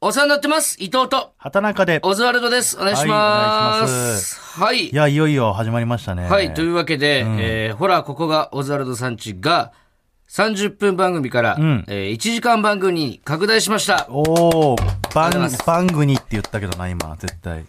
お世話になってます。伊藤と、畑中で。オズワルドです。お願いしま。はいお願いしますはいい。や、いよいよ始まりましたね。はい。というわけで、えーほら、ここがオズワルドさんちが、30分番組から、え1時間番組に拡大しました。おー、バありがとうございまンす、バングニって言ったけどな、今、絶対。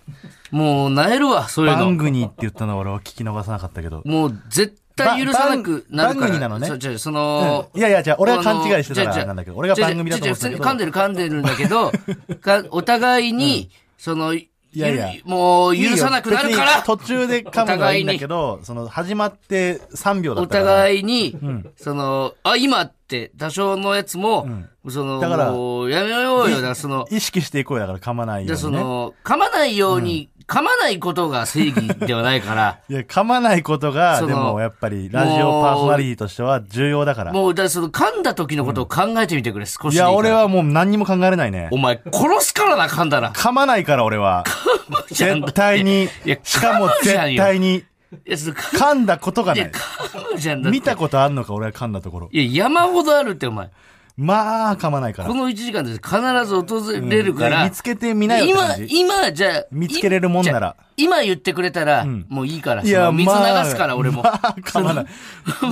もう、なえるわ、そういうバの。ングニって言ったの俺は聞き逃さなかったけど。もう、絶対許さなくなるから。バンバン組なのねそう、違うその、うんいやいや、じゃあ、俺はあの勘違いしてた違う違らうなんだけど、俺が番組だと思っ違てたう違けうど。普通に噛んでる噛んでるんだけ ど、かお互いに、その、いやいやもう、許さなくなるか別にら、途中で噛むのはいいんだけど、その、始まって3秒だおったから。互いに、その、あ、今って、多少のやつも、その、だからもうやめようよ。だから、その、意識していこうよだから噛まないじよゃあうそにね。の、噛まないように、噛まないことが正義ではないから、 いや、噛まないことが、そのでもやっぱり、ラジオパーソナリティとしては重要だから。もう、だからその、噛んだ時のことを考えてみてくれ、少しいでいいからや、俺、はもう何にも考えれないねお。前、殺すからな、噛んだら。噛まないから、俺は。じゃん絶対にいや。しかも噛むじ絶ゃんよ対に。いや、その、噛噛んだことがない。むじゃんだって見たことあんのか、俺は噛んだところ。いや、山ほどあるって、お前。まあ、噛まないかこら。の1時間で必ず訪れるから。見つけてみないよ今って感、じ。今、じゃあ。見つけれるもんならい。じゃあ今言ってくれたら、もういいから。いいや、や、水流まあ。すから、俺も。まあ、噛まない。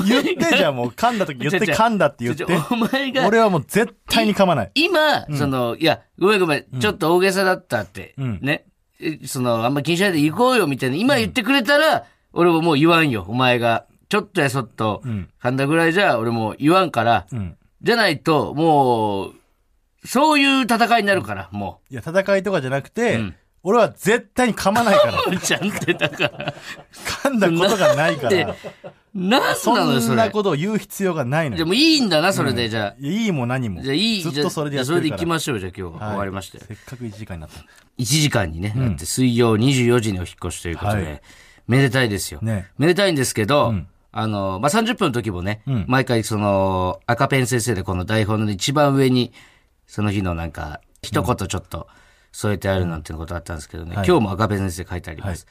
言ってじゃあ もう、噛んだ時言っちょてちょ噛んだって言っちょてちょお前。が俺はもう絶対に噛まない。今、その、いや、ごめんごめん、ちょっと大げさだったって。ね。えその、あんま気にしないで行こうよ、みたいな。今言ってくれたら、俺ももう言わんよ、お前が。ちょっとやそっと、噛んだぐらいじゃ、俺もう言わんから。んじゃないと、もう、そういう戦いになるから、もう。いや、戦いとかじゃなくて、俺は絶対に噛まない から。ちゃんってだから。噛んだことがないかでら。、なんそなのよ、そんなれ。ことを言う必要がないのでよ。もいいんだな、それで、じゃあ。いいも何も。じゃあいい、ずっとそれでやってじゃあそれでる行かきら。ましょう、じゃあ今日は。終わりましたよ。せっかく1時間になった。 1時間にね、だって水曜24時にお引っ越しということで、はいめでたいですよ。ねめでたいんですけど、あの、まあ、30分の時もね、毎回その、赤ペン先生でこの台本の一番上に、その日のなんか、一言ちょっと添えてあるなんてことあったんですけどね、今日も赤ペン先生書いてあります。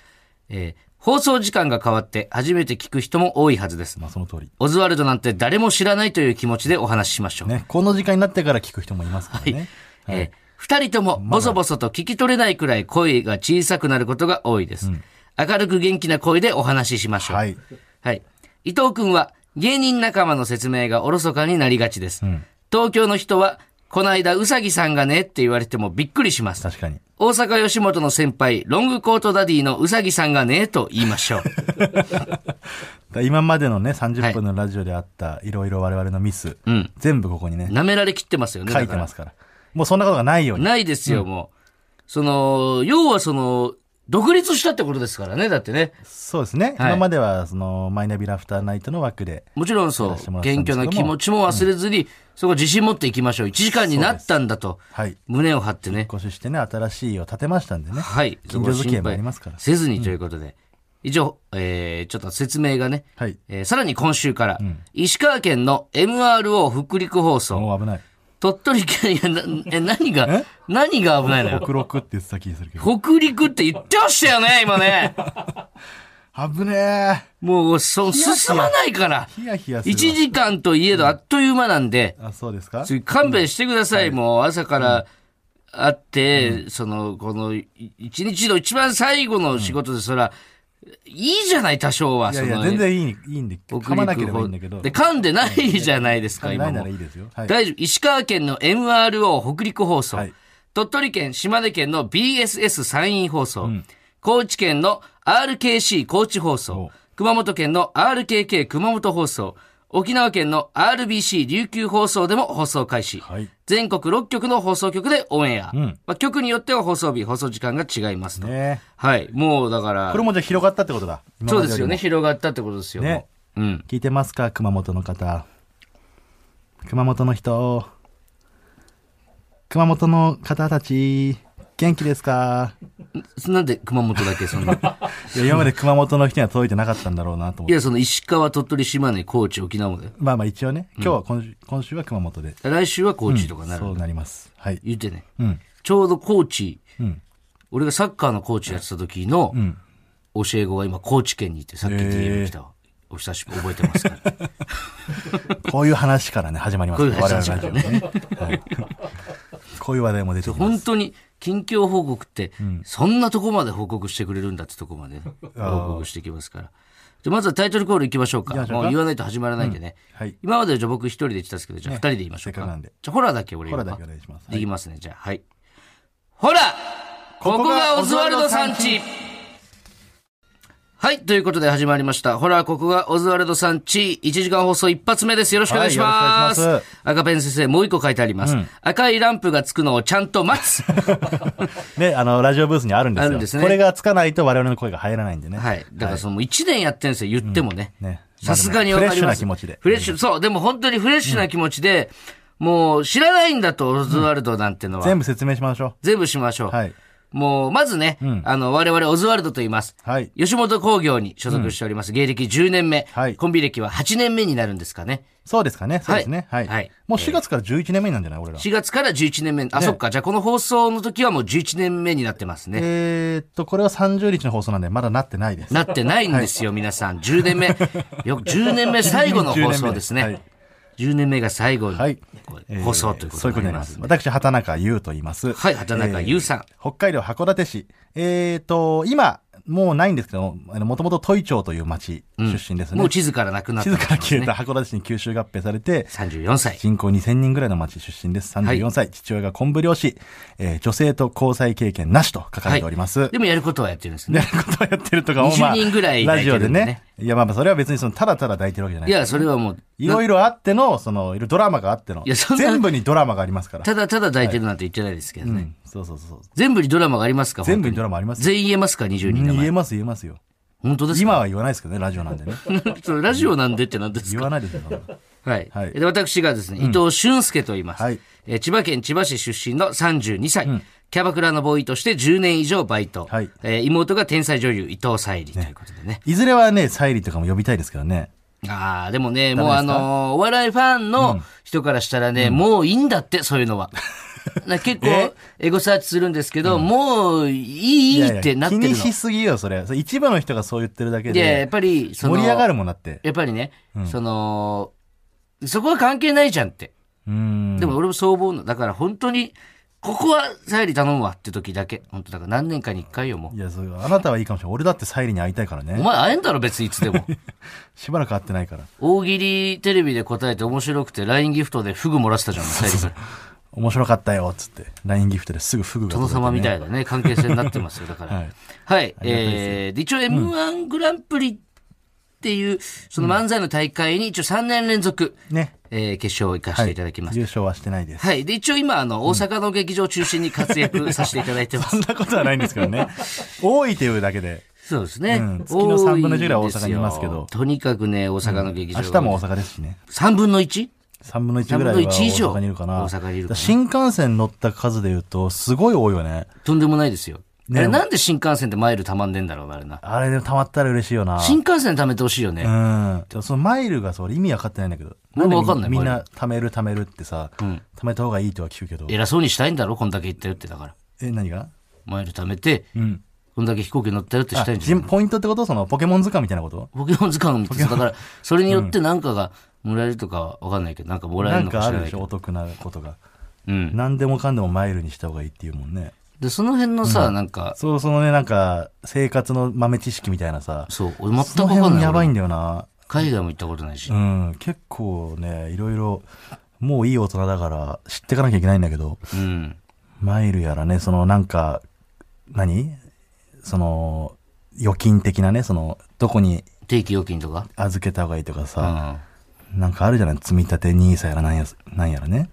えー放送時間が変わって初めて聞く人も多いはずです。まあその通り。オズワルドなんて誰も知らないという気持ちでお話ししましょう。ね、この時間になってから聞く人もいますからね。えー二人ともボソボソと聞き取れないくらい声が小さくなることが多いです。明るく元気な声でお話ししましょう。はい。はい。伊藤くんは芸人仲間の説明がおろそかになりがちです。東京の人は、こないだうさぎさんがねって言われてもびっくりします。確かに。大阪吉本の先輩、ロングコートダディのうさぎさんがねと言いま しょう。だ今までのね、はい30分のラジオであった、いろいろ我々のミス、ん全部ここにね、舐められきってますよね。書いてますから。もうそんなことがないように。ないですよ、もう。その、要はその、独立したってことですからね、だってね。そうですね。はい今までは、その、マイナビラフターナイトの枠で、もちろんそうしても、らった謙んですけ虚どもな気持ちも忘れずに、そこ自信持っていきましょう。1時間になったんだと、はい。胸を張ってね。引っ越ししてね、新しい家を建てましたんでね。はい。近所付き合いもありますからそこは心配せずにということで。以上、えー、ちょっと説明がね。はい。えーさらに今週から、石川県の MRO 北陸放送、もう危ない。鳥取県、いや、なえ、何がえ、何が危ないのよ。黒くって言ってた気がするけど。北陸って言ってましたよね、今ね。危ねもう、そう、進まないから。え。ヒヤヒヤする1わ。時間といえどあっという間なんで、あ、そうですか次勘弁してください、もう朝から会って、そのこのい一日の一番最後の仕事でそら、いいじゃない多少はいやいそや、の全然いいいいんで、送噛りまにな行けくればいいんだけど。で噛んでないじゃないですか、噛んでな今いなもらいいですよ。はい。大丈夫石川県の MRO 北陸放送、はい鳥取県島根県の BSS 山陰放送、高知県の RKC 高知放送お熊本県の RKK 熊本放送沖縄県の RBC 琉球放送でも放送開始、はい全国6局の放送局でオンエア、んまあ、局によっては放送日放送時間が違いますと、ねはいもうだかえらこれもじゃあ広がったってことだ。今そうまでよすりよもね。広がったってことですよ、ねもううん聞いてますか熊本の方。熊本の人。熊本の方たち、元気ですかなんで熊本だけそん ないや、今まで熊本の人には届いてなかったんだろうなと思いって。や、その石川、鳥取、島根、高知、沖縄もだよ。まあまあ一応ね、今日は今週、今週は熊本で。来週は高知とかなる。そうなります。はい。言ってね、うん。ちょうど高知、うん。俺がサッカーのコーチやってた時のん教え子が今高知県にいて、さっき DM 来たわ。お久しぶり、覚えてますから。こういう話からね、始まります。こういう話我々のラジオね。はいこういう話題も出てきます。本当に近況報告って、そんなとこまで報告してくれるんだってとこまでね、 あー報告してきますから。でまずはタイトルコール行きましょうか。行きましょうもかう言わないと始まらないんでね。はい。今まではじゃあ僕一人で言ってたんですけど、じゃあ二人で言いましょうせっか。かくなんでじゃあホラーだけ俺ホ言ラうーかだけお願いします。できますね、じゃあ。はい。ほらここがオズワルドさんちはい、ということで始まりました。ほら、ここがオズワルドさんち、1時間放送一発目です。よろしくお願いします。はいよろしくお願いし赤ペン先生、もう一個書いてあります。赤いランプがつくのをちゃんと待 つ。ね、あの、ラジオブースにあるんですよ。あるんですねこれがつかないと我々の声が入らないんでね。はい。だからその1年やってるんですよ、言ってもね。ね。さすがにわフレかッりシュまなす。気持ちで。フレッシュ、そう、でも本当にフレッシュな気持ちで、もう知らないんだと、オズワルドなんてのは。全部説明しましょ全部しましょう。う。はい。もう、まずね、あの、我々オズワルドと言います。はい。吉本興業に所属しております。芸歴10年目、はいコンビ歴は8年目になるんですかね。そうですかね。そうですね。ははいい。はいもう4月から11年目なんじゃない俺ら。 4月から11年目。あ、そっか。じゃあこの放送の時はもう11年目になってますね。えーっと、これは30日の放送なんで、まだなってないです。なってないんですよ、皆さん。10年目。よく10年目最後の放送ですね。10は年い目,、が最後はのい。放送ということそういうになりことになりまますす。ね。私、畑中優と言います。はい、畑中優さん。北海道函館市。えーっと、今、もうないんですけど、もともと都井町という町出身ですね。もう地図からなくなった、静かに消えた函館市に九州合併されて、 34歳。人口2000人ぐらいの町出身です。34歳、父親が昆布漁師、えー女性と交際経験なしと書かれております。でもやることはやってるんですね。やることをやってるとかも、まあ20人ぐらいラジオで抱いてるんね。いや、まあまあ、それは別にその、ただただ抱いてるわけじゃないい。や、それはもう、いろいろあっての、その、いろいろドラマがあってのいやそん。な全部にドラマがありますから。ただただ抱いてるなんて言ってないですけどね。うん。そうそうそう。全部にドラマがありますか全部本当にドラマありますよ。全員言えますか ?20 人名言前。えます、言えますよ。本当ですか今は言わないですけどね、ラジオなんでね。それラジオなんでって何です言かわないですよ。そんなのはい、はいで。私がですね、伊藤俊介と言います、はいえー千葉県千葉市出身の32歳。キャバクラのボーイとして10年以上バイト。はいえー妹が天才女優伊藤沙莉ということでね。いずれはね、サイリとかも呼びたいですけどね。ああ、でもね、もうダメあですのかーお笑いファンの人からしたらね、もういいんだって、そういうの は。な結構、エゴサーチするんですけど、もういいいいってなってるの。いやいや気にしすぎよ、それ。それ一部の人がそう言ってるだけいや、やでっ。ぱり、その、盛り上がるもんなって。やっぱりね、その、そこは関係ないじゃんって。うん。でも俺もそう思うの。だから本当に、ここはさゆり頼むわって時だけ。本当だから何年かに一回よ、もいや、そういうあなたはいいかもしれない。俺だってサイリに会いたいからう。おね。前会えんだろ、別にいつ でも。しばらく会ってないから。大喜利テレビで答えて面白くて、LINE ギフトでフグ漏らしたじゃん、さゆりさん。面白かったよ、つって。LINE ギフトですぐフグが殿届いてね。様みたいなね、関係性になってますよ、だから。ははいい。えー、で一応 M1 グランプリっていう、その漫才の大会に一応3年連続、ね。えー決勝を行かせていただきました優勝はしてないです。はい。で、一応今、あの、大阪の劇場を中心に活躍させていただいてます。 そんなことはないんですけど ね。多いというだけで。そうですね。うん月の3分の1ぐらい大阪にいますけど多んですよとにかくね、大阪の劇場。明日も大阪ですしね。 3分の 1? 3分の1ぐらいは大阪にいるかな。 3分の1以上大阪にいるかな新幹線乗った数で言うと、すごい多いよね。とんでもないですよ。ねあれなんで新幹線でマイル溜まんでんだろうな、あれな。あれで溜まったら嬉しいよな。新幹線で溜めてほしいよね。うん。でもそのマイルがそれ意味わかってないんだけど。俺もでわかんないみみんマイな貯める貯めるってさ、貯めた方がいいとは聞くけど。偉そうにしたいんだろこんだけ行ったよって、だから。え、何がマイル溜めて、うん。こんだけ飛行機乗ったよってしあたいんじゃん。人ポイントってことそのポケモン図鑑みたいなことポケモン図鑑を見て、だから、それによってなんかがもらえるとかわかんないけど、なんかもらえなるんのかかしらあるないでしけょ、ど。お得なことが。うん。何でもかんでもマイルにした方がいいっていうもんね。で、その辺のさ、なんか、そう、そのね、なんか、生活の豆知識みたいなさ。そう、俺全くそのわかん辺ない。やばい俺んだよな。海外も行ったことないしう。ん。結構ね、いろいろ、もういい大人だから知ってかなきゃいけないんだけど。うん。マイルやらね、そのなんか、何その、預金的なね、その、どこに定期預金とか。預けた方がいいとかうさ、ん。なんかあるじゃない積み立て NISA やらなんやなんやらね。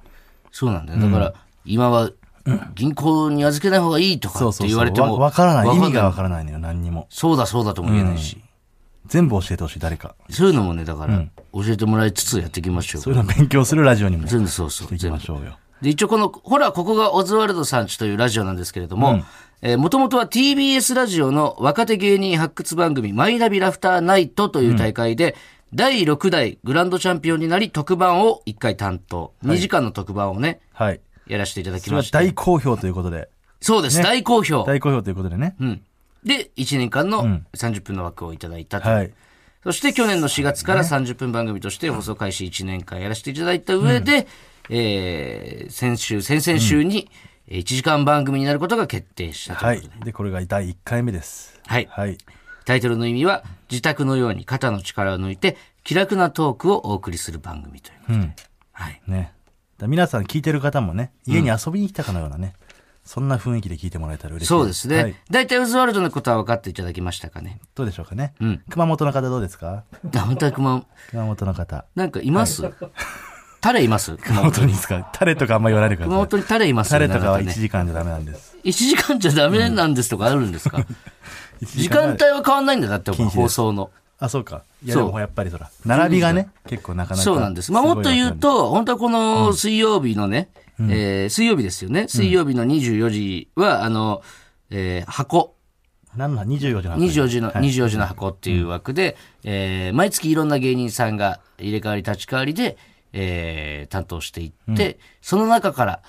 そうなんだよ。だから、今は、銀行に預けない方がいいとかそうっそてう言そう。われてわも。わからない。意味がわからないのよ、何にも。そうだそうだとも言えないし。全部教えてほしい、誰か。そういうのもね、だから、教えてもらいつつやっていきましょそうう。いうの勉強するラジオにもして全部そうそう。いき全部ま。しょうよ。で、一応この、ほら、ここがオズワルドさんちというラジオなんですけれども、えもともとは TBS ラジオの若手芸人発掘番組、マイナビラフターナイトという大会で、第6代グランドチャンピオンになり、特番を1回担当。2時間の特番をね、はい。やらせていただきそれまはした。大好評ということで。そうです、大好評。大好評ということでね。うん。で、1年間の30分の枠をいただいたと。はい。そして去年の4月から30分番組として放送開始1年間やらせていただいた上で、えー先週、先々週に1時間番組になることが決定したとはいうことで、い。で、これが第1回目です。はいはい。タイトルの意味は、自宅のように肩の力を抜いて、気楽なトークをお送りする番組ということで。はい。ね。だから皆さん聞いてる方もね、家に遊びに来たかのようなね、そんな雰囲気で聞いてもらえたら嬉しいそうですはいね。大体、ウズワルドのことは分かっていただきましたか ね。どうでしょうかね。熊本の方どうですか本当熊本、熊本の方。 なんかいます、誰います熊本にですかタレとかあんま言わないでくだ熊さい。本に誰いますタレとかはなん1ね、時間じゃダメなんです。 1時間じゃダメなんですとかあるんですか、時間帯は変わんないんだよだって禁止です放送の。あ、そうか。いや、そでうもやっぱりそら、並びがね、結構なかなか。そうなんです。まあ、もっと言うと、本当はこの水曜日のね、えー水曜日ですよね。水曜日の24時は、あの、えー箱。ごいわかんない、何の24時の話24時の、24時の箱っていう枠で、えー毎月いろんな芸人さんが入れ替わり立ち替わりで、えー担当していって、その中から、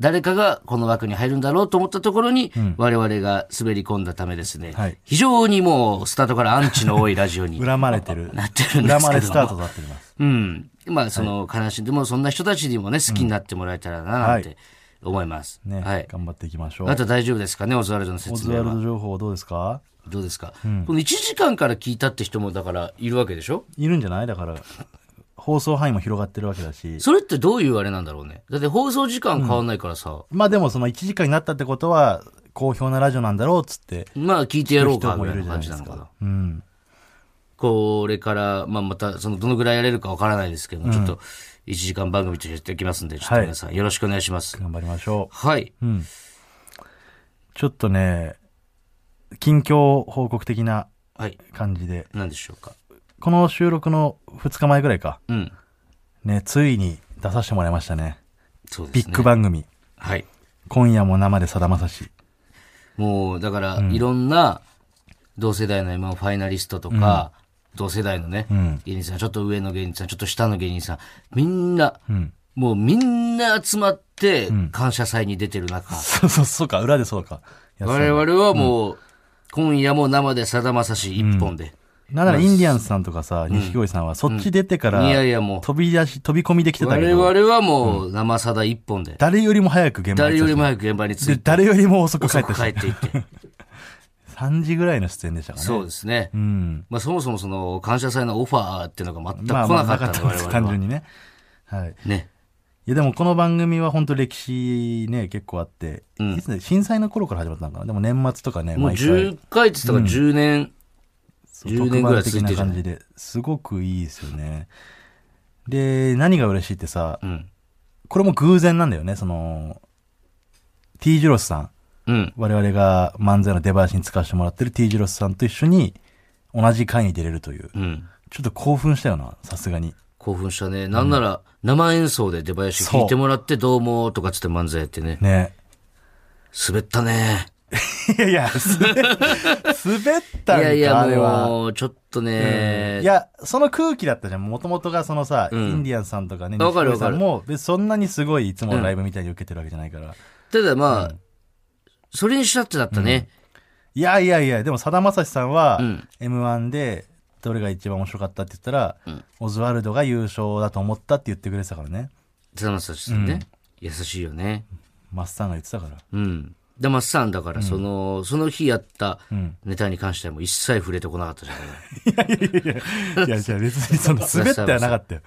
誰かがこの枠に入るんだろうと思ったところに、我々が滑り込んだためですね、はい非常にもうスタートからアンチの多いラジ オに恨まれてる。なってるんですけど恨まれスタートとなっています。うん。まあ、その、悲しんでも、そんな人たちにもね、好きになってもらえたらな、なんて思います。ね、はい。頑張っていきましょうあ。と大丈夫ですかね、オズワルドのオ説ズ明ワルはド。情報はどうですかどうですか、この1時間から聞いたって人も、だから、いるわけでしょいるんじゃないだから、放送範囲も広がってるわけだし。それってどういうあれなんだろうね。だって放送時間変わんないからさ、まあでもその1時間になったってことは、好評なラジオなんだろうっつって。まあ、聞いてやろうか、人ぐもいらいるのじゃな感いじなのかですなか。。うん。これから、まあ、また、その、どのぐらいやれるかわからないですけども、ちょっと、1時間番組としてやっていきますんで、ちょっと皆さん、よろしくお願いします。頑張りましょう。はい。ちょっとね、近況報告的なはい。感じで、何でしょうか。この収録の2日前ぐらいか、うん。ね、ついに出させてもらいましたね。そうでビすッね。グ番組。はい。今夜も生でさだまさし。もう、だから、いろんな、同世代の m 1ファイナリストとか、同世代のね、芸人さん、ちょっと上の芸人さん、ちょっと下の芸人さん、みんな、もうみんな集まって、感謝祭に出てる中、そうそう、そうか、裏でそうか。やつ我々はもう、今夜も生でさだまさし一本で、なんならインディアンスさんとかさ、錦鯉さんは、そっち出てから、いやいやもう飛び出し、飛び込みできてたけ我ど、々はもう生さだ一本で、誰よりも早く現場誰によりも早く現場に着いでて、誰よりも遅く 帰遅くってき帰た。っていって、 3時ぐらいの出演でしたかね。そうですね。うん。まあそもそもその、感謝祭のオファーっていうのが全く来まあ、なまあ、かなっかたんで、ったんです、我々単は。純にね。はい。ね。いやでもこの番組は本当歴史ね、結構あって、いつね、震災の頃から始まったのかな。でも年末とかね、もう毎回10回って言ったから10年、そう10年ぐらい続いて特番る的じゃなない感じで、すごくいいですよね。で、何が嬉しいってさ、んこれも偶然なんだよね、その、T ジロスさん、うん。我々が漫才の出囃子に使わせてもらってる T ジロスさんと一緒に同じ回に出れるという、うん。ちょっと興奮したよな、さすがに。興奮したね。なんなら、生演奏で出囃子聴いてもらって、どうもとかつって漫才やってね。ね。滑ったね。いやいや、 滑滑ったんいか、やいあれや、は。もう、ちょっとね。いや、その空気だったじゃん。もともとがそのさ、インディアンスさんとかね、わかる錦鯉さんわかるも、別にそんなにすごいいつものライブみたいに受けてるわけじゃないから。ただまあ、それにしたってだったね。いやいやいや、でもさだまさしさんは、ん M1 で、どれが一番面白かったって言ったら、オズワルドが優勝だと思ったって言ってくれてたからね。さだまさしさんね。優しいよね。マッサンが言ってたから。うん。で、マッサンだから、その、その日やったネタに関してはもう一切触れてこなかったじゃない。いや、じゃあ別にその、滑ってはなかったよ。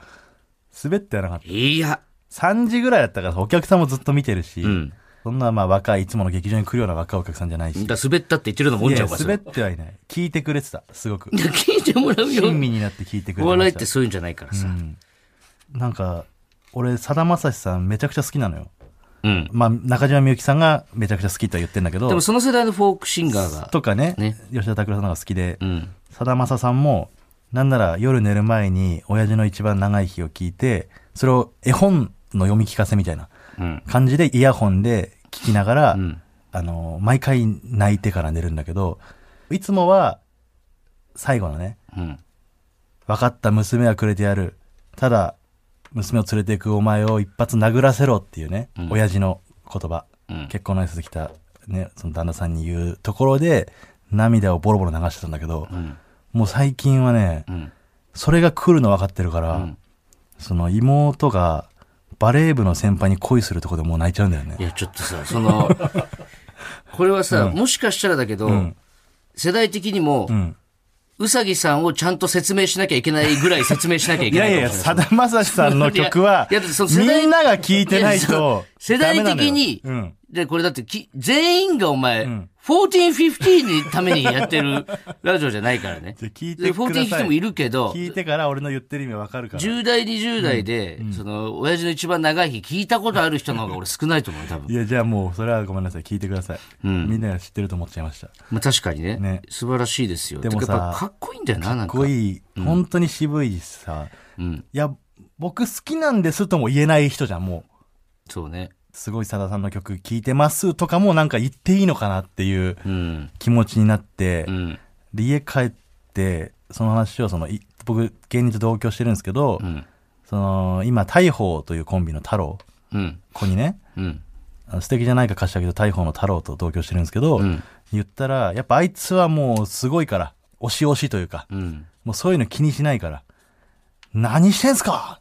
滑ってはなかった。いや、 3時ぐらいだったから、お客さんもずっと見てるし、んそんなまあ若い、いつもの劇場に来るような若いお客さんじゃないし。だから滑ったって言ってるのもんいじゃやん、お前そ滑れってはいない。聞いてくれてた、すごく。いや聞いてもらうよ親。身になって聞いてくれおてま笑いしったてそういうんじゃないからさ。なんか、俺、さだまさしさんめちゃくちゃ好きなのよ。うん。まあ、中島みゆきさんがめちゃくちゃ好きとは言ってんだけでども、その世代のフォークシンガーが。とかね、ね吉田拓郎さんの方が好きでう、ん。さだまささんも、なんなら夜寝る前に親父の一番長い日を聞いて、それを絵本の読み聞かせみたいなうん。感じでイヤホンで聞きながら、うん。あの、毎回泣いてから寝るんだけど、いつもは、最後のね、うん。分かった娘はくれてやる。ただ、娘を連れていくお前を一発殴らせろっていうね、ん親父の言う葉。ん結婚の挨拶来た、ね、その旦那さんに言うところで、涙をボロボロ流してたんだけど、うん。もう最近はね、うん。それが来るの分かってるから、その妹がバレー部の先輩に恋するとこでもう泣いちゃうんだよいね。や、ちょっとさ、その、これはさ、もしかしたらだけど、世代的にも、うさぎさんをちゃんと説明しなきゃいけないぐらい説明しなきゃいいけなやいいやいかもや、しれないさだまさしさんの曲はいやいやだってその、世代みんなが聴いてないと、世代的に、ダメなのよで、これだってき、全員がお前、1415のためにやってるラジオじゃないからね。じゃあ聞いてでください1415もいるけうん。ど、聞いてから俺の言ってる意味わかるから。 10代、20代で、その、親父の一番長い日聞いたことある人の方が俺少ないと思う、多分い。や、じゃあもう、それはごめんなさい。聞いてください。みんなが知ってると思っちゃいました。まあ、確かにねね素晴らしいですよ。でもさてかやっぱかっこいいんだよな、なんか。すごい、本当に渋いさ、いや、僕好きなんですとも言えない人じゃん、もう。そうね。すごいさださんの曲聴いてますとかもなんか言っていいのかなっていううん。気持ちになって、うん。で家帰ってその話をそのい僕芸人と同居してるんですけど、うん。その今大鵬というコンビの太郎うん。子にねうん。あの素敵じゃないか歌詞だけど大鵬の太郎と同居してるんですけど、うん言ったらやっぱあいつはもうすごいから押し押しというか、うん。もうそういうの気にしないから何してんすか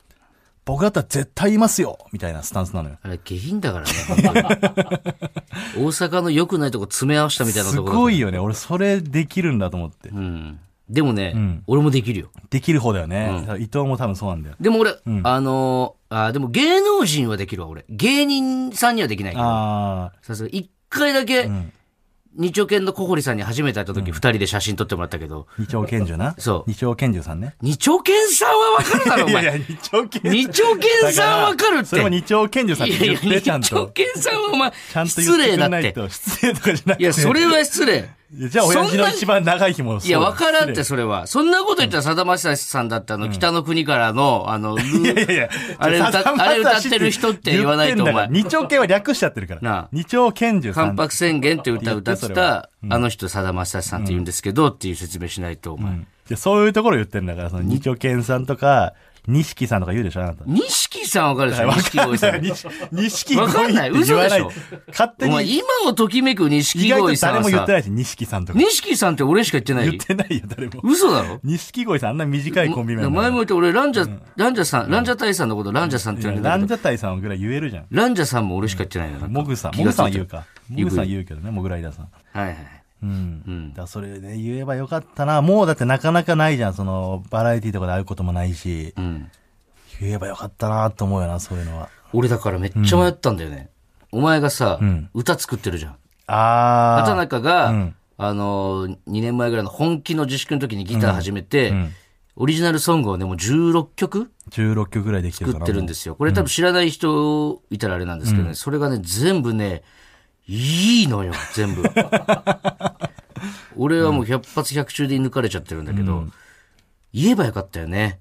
僕だったら絶対言いますよみたいなスタンスなのよあれ、下品だからね、 本当に大阪の良くないとこ詰め合わせたみたいなすところ。ごいよね俺それできるんだと思って、うん。でもね、ん俺もできるよ。できる方だよね、伊藤も多分そうなんだよでも俺、あのーあーでも芸能人はできるわ、俺。芸人さんにはできないけど。ああさすが、一回だけ、二丁拳の小堀さんに初めて会った時、二、人で写真撮ってもらったけど、二丁拳銃なそう二丁拳銃さんね二丁拳さんはわかるだろ、 お前。や、二丁拳二丁拳さんはわかるって。それも二丁拳銃さんいってやい言やっ、て、ちゃん二丁と。拳さんはお前ちゃ、んと言失って礼くだれっないて。と。失礼とかじゃなくて。いや、それは失礼。いやじゃあ、親父の一番長い日もそうだ。いや、わからんって、失それは。そんなこと言ったら、さだまさしさんだったあの、北の国からの、あの、礼。いやいやいや。あれ歌っさだまさしあれ歌ってる人って言わないと言ってんだからお二丁拳は略しちゃってるかならあ。二丁拳銃さん。関白宣言って歌歌って言ってそれはた、あの人、さだまさしさんって言うんですけど、っていう説明しないと、お前。いやそういうところ言ってるんだから、その二丁拳さんとか、錦さんとか言うでしょ、あなた。錦さんわかるでしょ錦わ鯉さかんない。ん。錦錦わかんない鯉って言わない嘘でし勝手お前、に、今をときめく意錦外と鯉さん誰はも言ってさ、ないし、錦さんとか。錦さんって俺しか言ってな言っいてないよ、誰も。嘘だろ錦鯉さん、あんな短いコンビ名な前のも言って、俺、ランジャ、ランジャさん、ランジャタイさんのこと、ランジャさんって言うんだラけンど、ジャタイさんぐらい言えるじゃん。ランジャさんも俺しか言ってないのなんかモグさん、気モがグついたさん言うか。モグさん言うけどね、モグライダーさん。はいはい。うん。うんだからそれで言えばよかったな。もうだってなかなかないじゃん。その、バラエティとかで会うこともないし、うん。言えばよかったなと思うよな、そういうのは。俺だからめっちゃ迷ったんだよね。お前がさ、ん歌作ってるじゃん。畑あ中が、うんあのー、2年前ぐらいの本気の自粛の時にギター始めて、んオリジナルソングをね、もう16曲ー、16曲ぐらいできてるか作っな。。てるんですすよ。これ多分知らない人いたらあれなんですけどね、それがね、全部ね、いいのよ、全 部。俺はもう百発百中で射抜かれちゃってるんだけど、言えばよかったよね。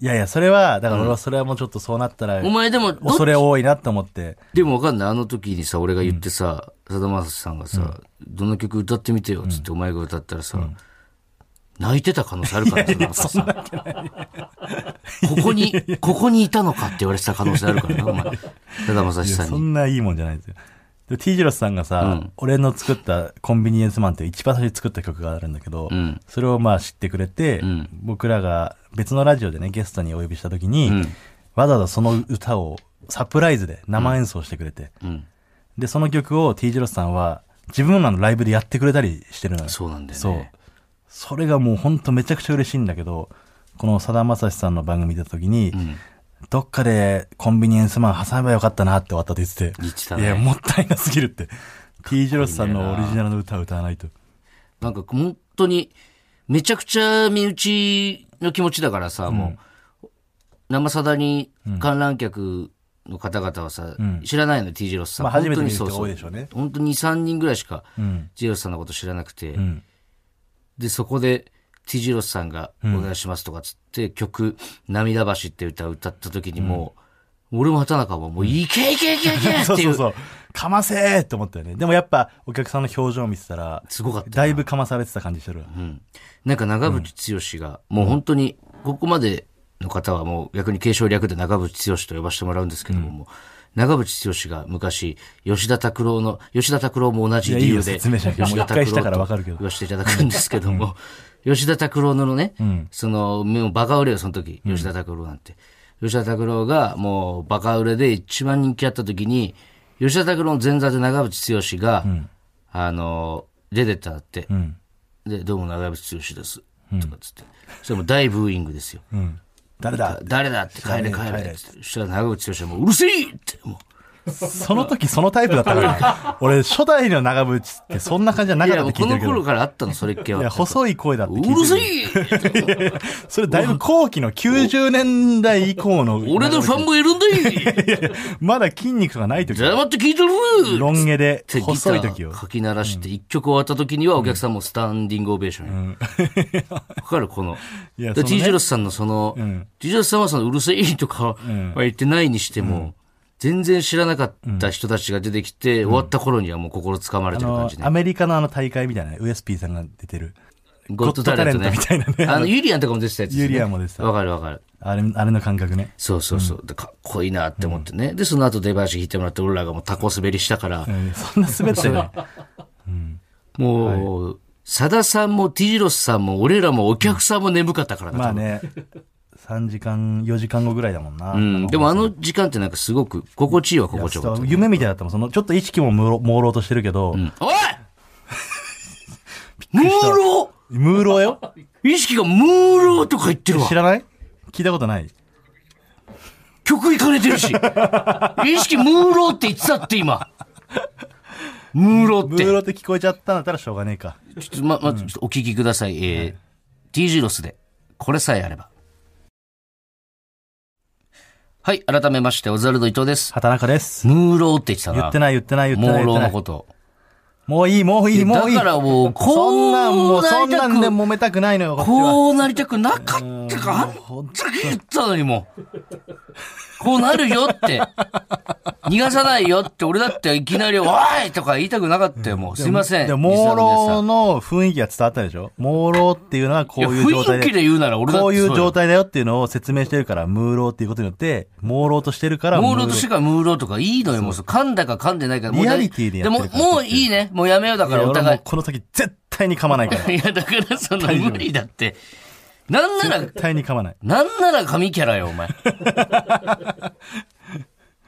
いやいや、それは、だから俺はそれはもうちょっとそうなったらお、前でも、どっ恐れ多いなと思って。でもわかんない。あの時にさ、俺が言ってさ、さだまさしさんがさ、どの曲歌ってみてよ、つってお前が歌ったらさ、泣いてた可能性ある からさ、なんかさ、ここに、ここにいたのかって言われてた可能性あるからな、お前。さだまさいしやさんそに。んないいもんじゃないですよ。で、T ジロスさんがさ、俺の作ったコンビニエンスマンっていう一番最初に作った曲があるんだけど、んそれをまあ知ってくれて、ん僕らが別のラジオでね、ゲストにお呼びした時に、んわざわざその歌をサプライズで生演奏してくれて、うん。で、その曲を T ジロスさんは自分らのライブでやってくれたりしてるのよ。そうなんだよそうね。。それがもうほんとめちゃくちゃ嬉しいんだけど、このさだまさしさんの番組出た時に、どっかでコンビニエンスマン挟めばよかったなって終わったって言ってて。言ってたねいや、もったいなすぎるって。T ジロスさんのオリジナルの歌を歌わないと。なんか本当に、めちゃくちゃ身内の気持ちだからさ、もう、生さだに観覧客の方々はさ、知らないのよ、T ジロスさん。まあ初めて本当見にるそうそう人が多いでしょうね。本当に3人ぐらいしか、んジロスさんのこと知らなくて、んで、そこで、T ジロスさんがお願いしますとかつって、曲、涙橋って歌を歌った時にもう、俺も畑中ももう、いけいけいけいけっていう、 そうそうそう。かませーって思ったよね。でもやっぱお客さんの表情を見てたら、すごかった。だいぶかまされてた感じしてるわ。うんなんか長渕剛が、もう本当に、ここまでの方はもう逆に継承略で長渕剛と呼ばせてもらうんですけども、もう長渕剛が昔、吉田拓郎の、吉田拓郎も同じ理いやいい由よで、説明しなくてもう吉田一回拓したから郎わとかるけど言わせていただくんですけども、吉田拓郎のね、その、もうバカ売れよ、その時、吉田拓郎なんて。吉田拓郎がもうバカ売れで一番人気あった時に、吉田拓郎の前座で長渕剛が、あの、出てったんだって。うん。で、どうも長渕剛です。とかっつって。それも大ブーイングですよ。うん。誰だ誰だって帰れ帰帰れれ。つってそしたら長渕剛はもううるせえって、もその時そのタイプだっ たからね。俺、初代の長渕ってそんな感じじゃう。ないかっや、たっもてう聞このいてるけど。頃からあったの、それっけいや、は。細い声だってう聞いてるるせけえど。それだいぶ後期の90年代以降の。俺のファンもいるんだ いまだ筋肉がない時。黙って聞いてるロン毛でってギタ細い時ーよ。かき鳴らして、一曲終わった時にはお客さんもスタンディングオベーションよ。わかるこの。 いやでそのね T ジロスさんのその、T ジロスさんはそのうるせえとかは言ってないにしても、全然知らなかった人たちが出てきて、終わった頃にはもう心掴まれあてる感のじ、ねア。メリカのあの大会みたいな、ウエスピーさんが出てる。ゴッドタレントね。ゴッドタレントみたいなねあの、ユリアンとかも出てたやつですね、ユリアンも出てたわかるわかる。あれ、あれの感覚ね。そうそうそう。でかっこいいなって思ってね。で、その後出囃子弾いてもらって、俺らがもうタコ滑りしたから、うんそんな滑ってない。もう、さださんも T ジロスさんも俺らもお客さんも眠かったからな、まあね、3時間、4時間後ぐらいだもんな。うん、でもあの時間ってなんかすごく心地いいわ、心地よかった。夢みたいだったもん。その、ちょっと意識も朦朧としてるけど、おいムーロムーローよー意識がムーローとか言ってるわ知。らない聞いたことない曲いかれてる し。意識ムーローって言ってたって今。ムーロームっーロて。ーって聞こえちゃったんだったらしょうがねえか。ちょっとま、まずちょっとお聞きください。えー、T ジロスで、これさえあれば。はい、改めまして、オズワルド伊藤です。畑中です。ムーローって言ってたな。言ってない言ってない言ってムないー言ロってーなのい。こと。もういい、もういい、もういい。だからもうそんなんもこうう、なりたくそんなんで揉めたくないのよ、こっちは。こうなりたくなかったか、あんほんとだけ言ったのにもう。こうなるよ って。逃がさないよって、俺だっていきなり、おいとか言いたくなかったよ、もう。すいません。でリスナも、ー朦の皆さ朧んの雰囲気が伝わったでしょ朦朧っていうのはこういう状いや態雰囲気で言うなら俺だってこういそううよ状態だよっていうのを説明してるから、ムーローっていうことによって、朦朧としてるから、ムーローとしてからムーローとかいいのよ、もう。噛んだか噛んでないか。もうリアリティでやってるからも、もういいね。もうやめようだいかやら、お俺も互うこの先絶対に噛まないか ら。い。いや、だからその無理だって。なんなら絶、対に噛まない。なんなら神キャラよ、お 前。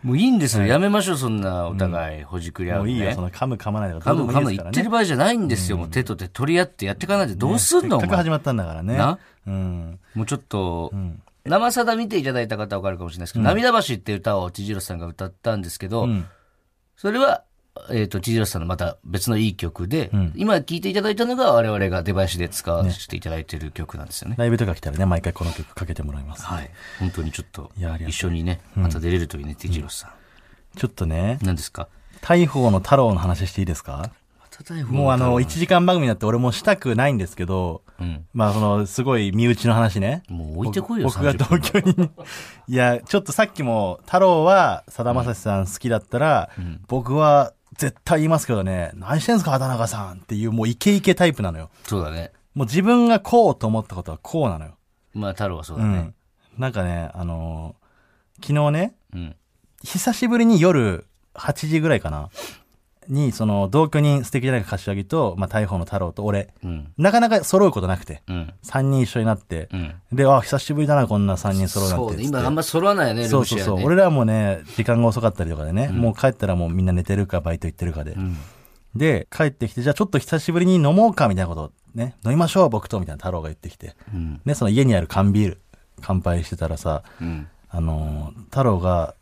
もういいんですよ。やめましょう、そんな、お互い、ほじくり合もううね。いいよ、その噛む噛まないとか噛むどうで噛もむいいで言すかっらてねる。場合じゃないんですよ。もう手と手取り合ってやっていかないでどうすんの、せおっかく前。始まったんだからね。なうん。もうちょっと、生さだ見ていただいた方はわかるかもしれないですけど、涙橋っていう歌を千ジロさんが歌ったんですけど、それは、えっ、と、千ジロさんのまた別のいい曲で、今聴いていただいたのが我々が出囃子で使わせていただいてる曲なんですよね。ライブとか来たらね、毎回この曲かけてもらいます。はい。本当にちょっといやありがとう、一緒にね、また出れるといいね、千ジロさん。ちょっとね、何ですか大砲の太郎の話していいですかもうあの、1時間番組になって俺もうしたくないんですけど、んまあその、すごい身内の話ね。もう置いてこいよ、僕が30分東京に。 いや、ちょっとさっきも、太郎は、さだまさしさん好きだったら、僕は絶対言いますけどね、何してんすか、畑中さんっていう、もうイケイケタイプなのよ。そうだね。もう自分がこうと思ったことはこうなのよ。まあ、太郎はそううだね。ん。なんかね、あのー昨日ね、うん。久しぶりに夜8時ぐらいかな、に、その、同居人素敵じゃないか柏木と、まあ、大砲の太郎と俺、うん。なかなか揃うことなくて、うん。 3人一緒になって、うん。で、あ、久しぶりだな、こんな3人揃うなんてっそつうって。ね。今あんま揃わないよね、ルーそうムシそうェアそう。ね。俺らもね、時間が遅かったりとかでね、もう帰ったらもうみんな寝てるか、バイト行ってるかで。んで、帰ってきて、じゃあちょっと久しぶりに飲もうか、みたいなことをね、飲みましょう、僕と、みたいな太郎が言ってきて。うん。ね、その家にある缶ビール、乾杯してたらさ、うん。あのー、太郎が、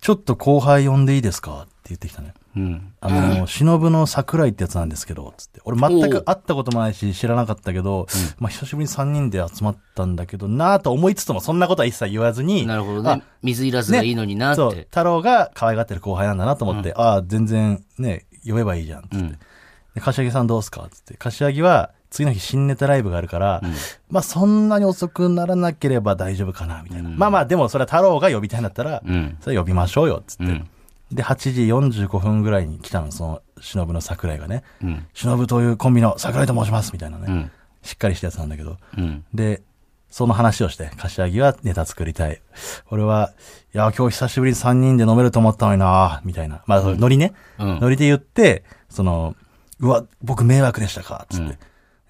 ちょっと後輩呼んでいいですかって言ってきたのよ。うん。あのー、忍の桜井ってやつなんですけど、つって。俺全く会ったこともないし、知らなかったけど、まあ久しぶりに3人で集まったんだけどなぁと思いつつも、そんなことは一切言わずに、なるほどあね。水いらずがいいのになって。そう、太郎が可愛がってる後輩なんだなと思って、ああ、全然ね、呼べばいいじゃん、つって。うんで、柏木さんどうすかつって。柏木は、次の日新ネタライブがあるから、まあそんなに遅くならなければ大丈夫かな、みたいな。まあまあ、でもそれは太郎が呼びたいんだったら、うん。それ呼びましょうよ、つって。うん。で、8時45分ぐらいに来たの、その、忍の桜井がね。うん。忍というコンビの桜井と申します、みたいなね。うん。しっかりしたやつなんだけど。うん。で、その話をして、柏木はネタ作りたい。俺は、いや、今日久しぶりに3人で飲めると思ったのになみたいな。まあ、ノリね。うんノリで言って、その、うわ、僕迷惑でしたかつって、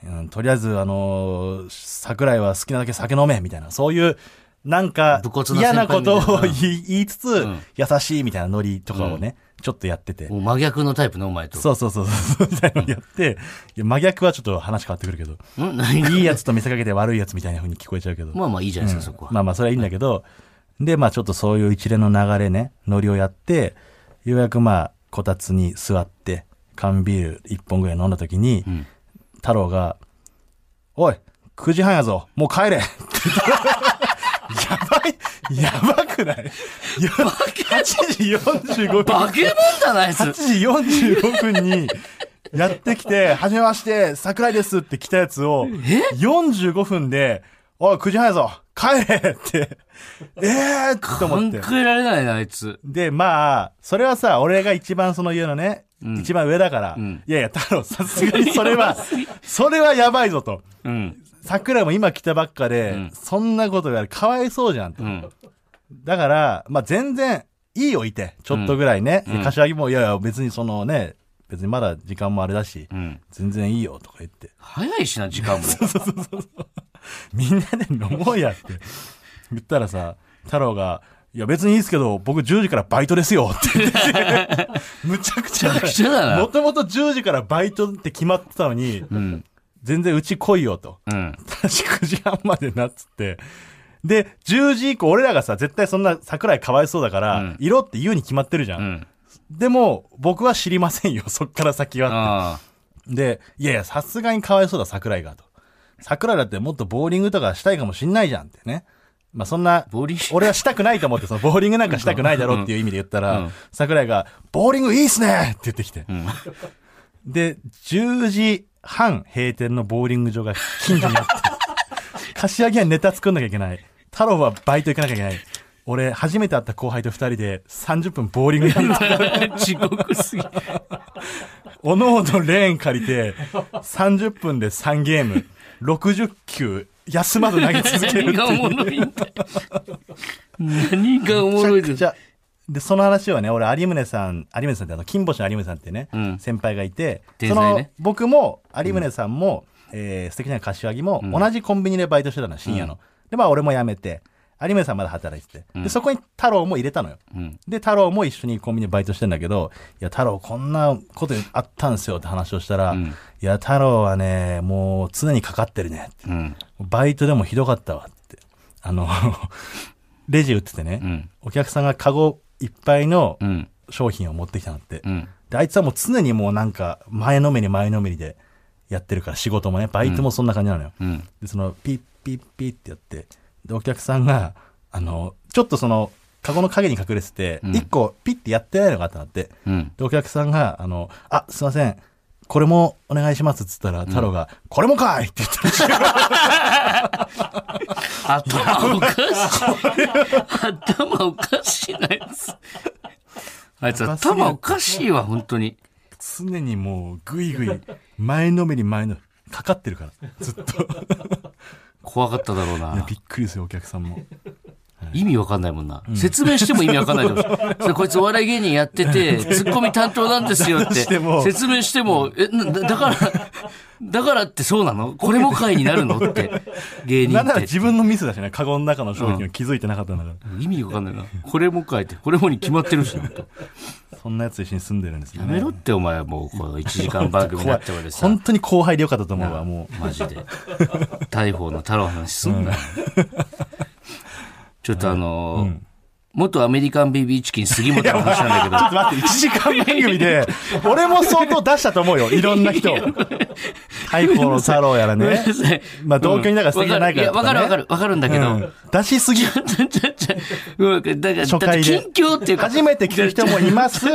うんとりあえず、あのー桜井は好きなだけ酒飲めみたいな。そういう、なんか武骨な嫌先輩なみたこいなとを言い言いつつ、ん優しいみたいなノリとかをね、ちょっとやってて。もう真逆のタイプのお前と。そうそうそうそう、みたいなのやって、いや真逆はちょっと話変わってくるけど、ん何いいやつと見せかけて悪いやつみたいな風に聞こえちゃうけど。まあまあいいじゃないですか、そこは。まあまあ、それはいいんだけど、で、まあちょっとそういう一連の流れね、ノリをやって、ようやくまあ、こたつに座って、缶ビール一本ぐらい飲んだ時に、ん太郎が、おい、9時半やぞ、もう帰れって言 ったやばい、やばくない ?8 時45分。化け物だな、あい つ。 8時45分にやって きて、はじめまして、桜井ですって来たやつを、45分で、おい、9時半やぞ帰れって、ええーと思考って。えられないな、あいつ。で、まあ、それはさ、俺が一番その家のね、一番上だから、んいやいや、太郎、さすがにそ れは、それはやばいぞと。うん。桜井も今来たばっかで、んそんなことやる、かわいそうじゃんと。うん。だから、まあ、全然、いいよ、いて。ちょっとぐらいね。ん柏木も、いやいや、別にそのね、別にまだ時間もあれだし、うん。全然いいよ、とか言って。早いしな、時間 も。みんなで飲もうやって。言ったらさ、太郎が、いや、別にいいですけど、僕10時からバイトですよ、って言って て。むちゃくちゃむちゃくちゃだなもともと10時からバイトって決まってたのに、うん。全然うち来いよ、と。うん。私9時半までなっつって。で、10時以降、俺らがさ、絶対そんな桜井かわいそうだから、うんいろって言うに決まってるじゃ。うんん。でも、僕は知りませんよ、 そっから先は。ああ。で、いやいや、さすがにかわいそうだ、桜井が、と。桜井だってもっとボーリングとかしたいかもしんないじゃんってね。まあ、そんな、ボーリング俺はしたくないと 思って、そのボーリングなんかしたくないだろうっていう意味で言ったら、うん桜井が、ボーリングいいっすねって言ってきて。んで、10時半閉店のボーリング場が近所 にあって、柏木はネタ作んなきゃいけない。太郎はバイト行かなきゃいけない。俺、初めて会った後輩と二人で30分ボーリングやる。 地獄すぎ。おのおのレーン借りて、30分で3ゲーム、60球、休まず投げ続けるってい何う。がおもろ いんだよ。何がおもろいめでちすゃくちゃ。で、その話はね、俺、有宗さん、有宗さんってあの、金星の有宗さんってね、うん先輩がいて、天そ才のね、僕も、有宗さんも、えー素敵な柏木も、同じコンビニでバイトしてたの、深夜の。で、まあ、俺も辞めて、有宗さんまだ働いてて。で、そこに太郎も入れたのよ。うん。で、太郎も一緒にコンビニでバイトしてんだけど、いや、太郎こんなことあったんすよって話をしたら、うんいや、太郎はね、もう常にかかってるねって。うん。バイトでもひどかったわって。あの、 レジ打っててね、うん。お客さんがカゴいっぱいのうん。商品を持ってきたのって。うん。で、あいつはもう常にもうなんか、前のめり前のめりでやってるから、仕事もね、バイトもそんな感じなのよ。うん。で、その、ピッピッピッってやって、で、お客さんが、あの、ちょっとその、カゴの影に隠れてて、うん一個ピッてやってないのがあったなって。うん。で、お客さんが、あの、あ、すいません、これもお願いしますっつったら、太郎が、これもかいって言ったらしい頭おかしい。頭おかしいな、あいつ。あいつ頭おかしいわ、本当に。常にもう、ぐいぐい、前のめり前の、かかってるから、ずっと。怖かっただろういやな。びっくりですよ、お客さんも。意味わかんないもんな。説明しても意味わかんないと思 う。それこいつお笑い芸人やってて、ツッコミ担当なんですよっしてても。説明しても、え、なだだから、だからってそうなのこれも回になるのって。芸人なんなって。ら自分のミスだしね、カゴの中の商品を気づいてなかったんだから。意味わかんないな。これも回って、これもに決まってるしな。そんなやつと一緒に住んでるんですよやね。めろってお前はもう、この1時間番組になってまでさ。本当に後輩でよかったと思うわ、もう。マジで。大砲の太郎の話すんなよ。ちょっとあのー元アメリカン BB チキン杉本の話なんちょだっと待って、1時間番組で、俺も相当出したと思うよ、いろんな人を。太鼓の太郎やらけど。ごめんねな。さいまあ同居になんか素敵じゃないからうんわかるいやわかるわかるわかるんだけうど。ん出しすぎ。ちょちょちょ うんだから、初だって回で近況っていうか。初めて来る人もいます。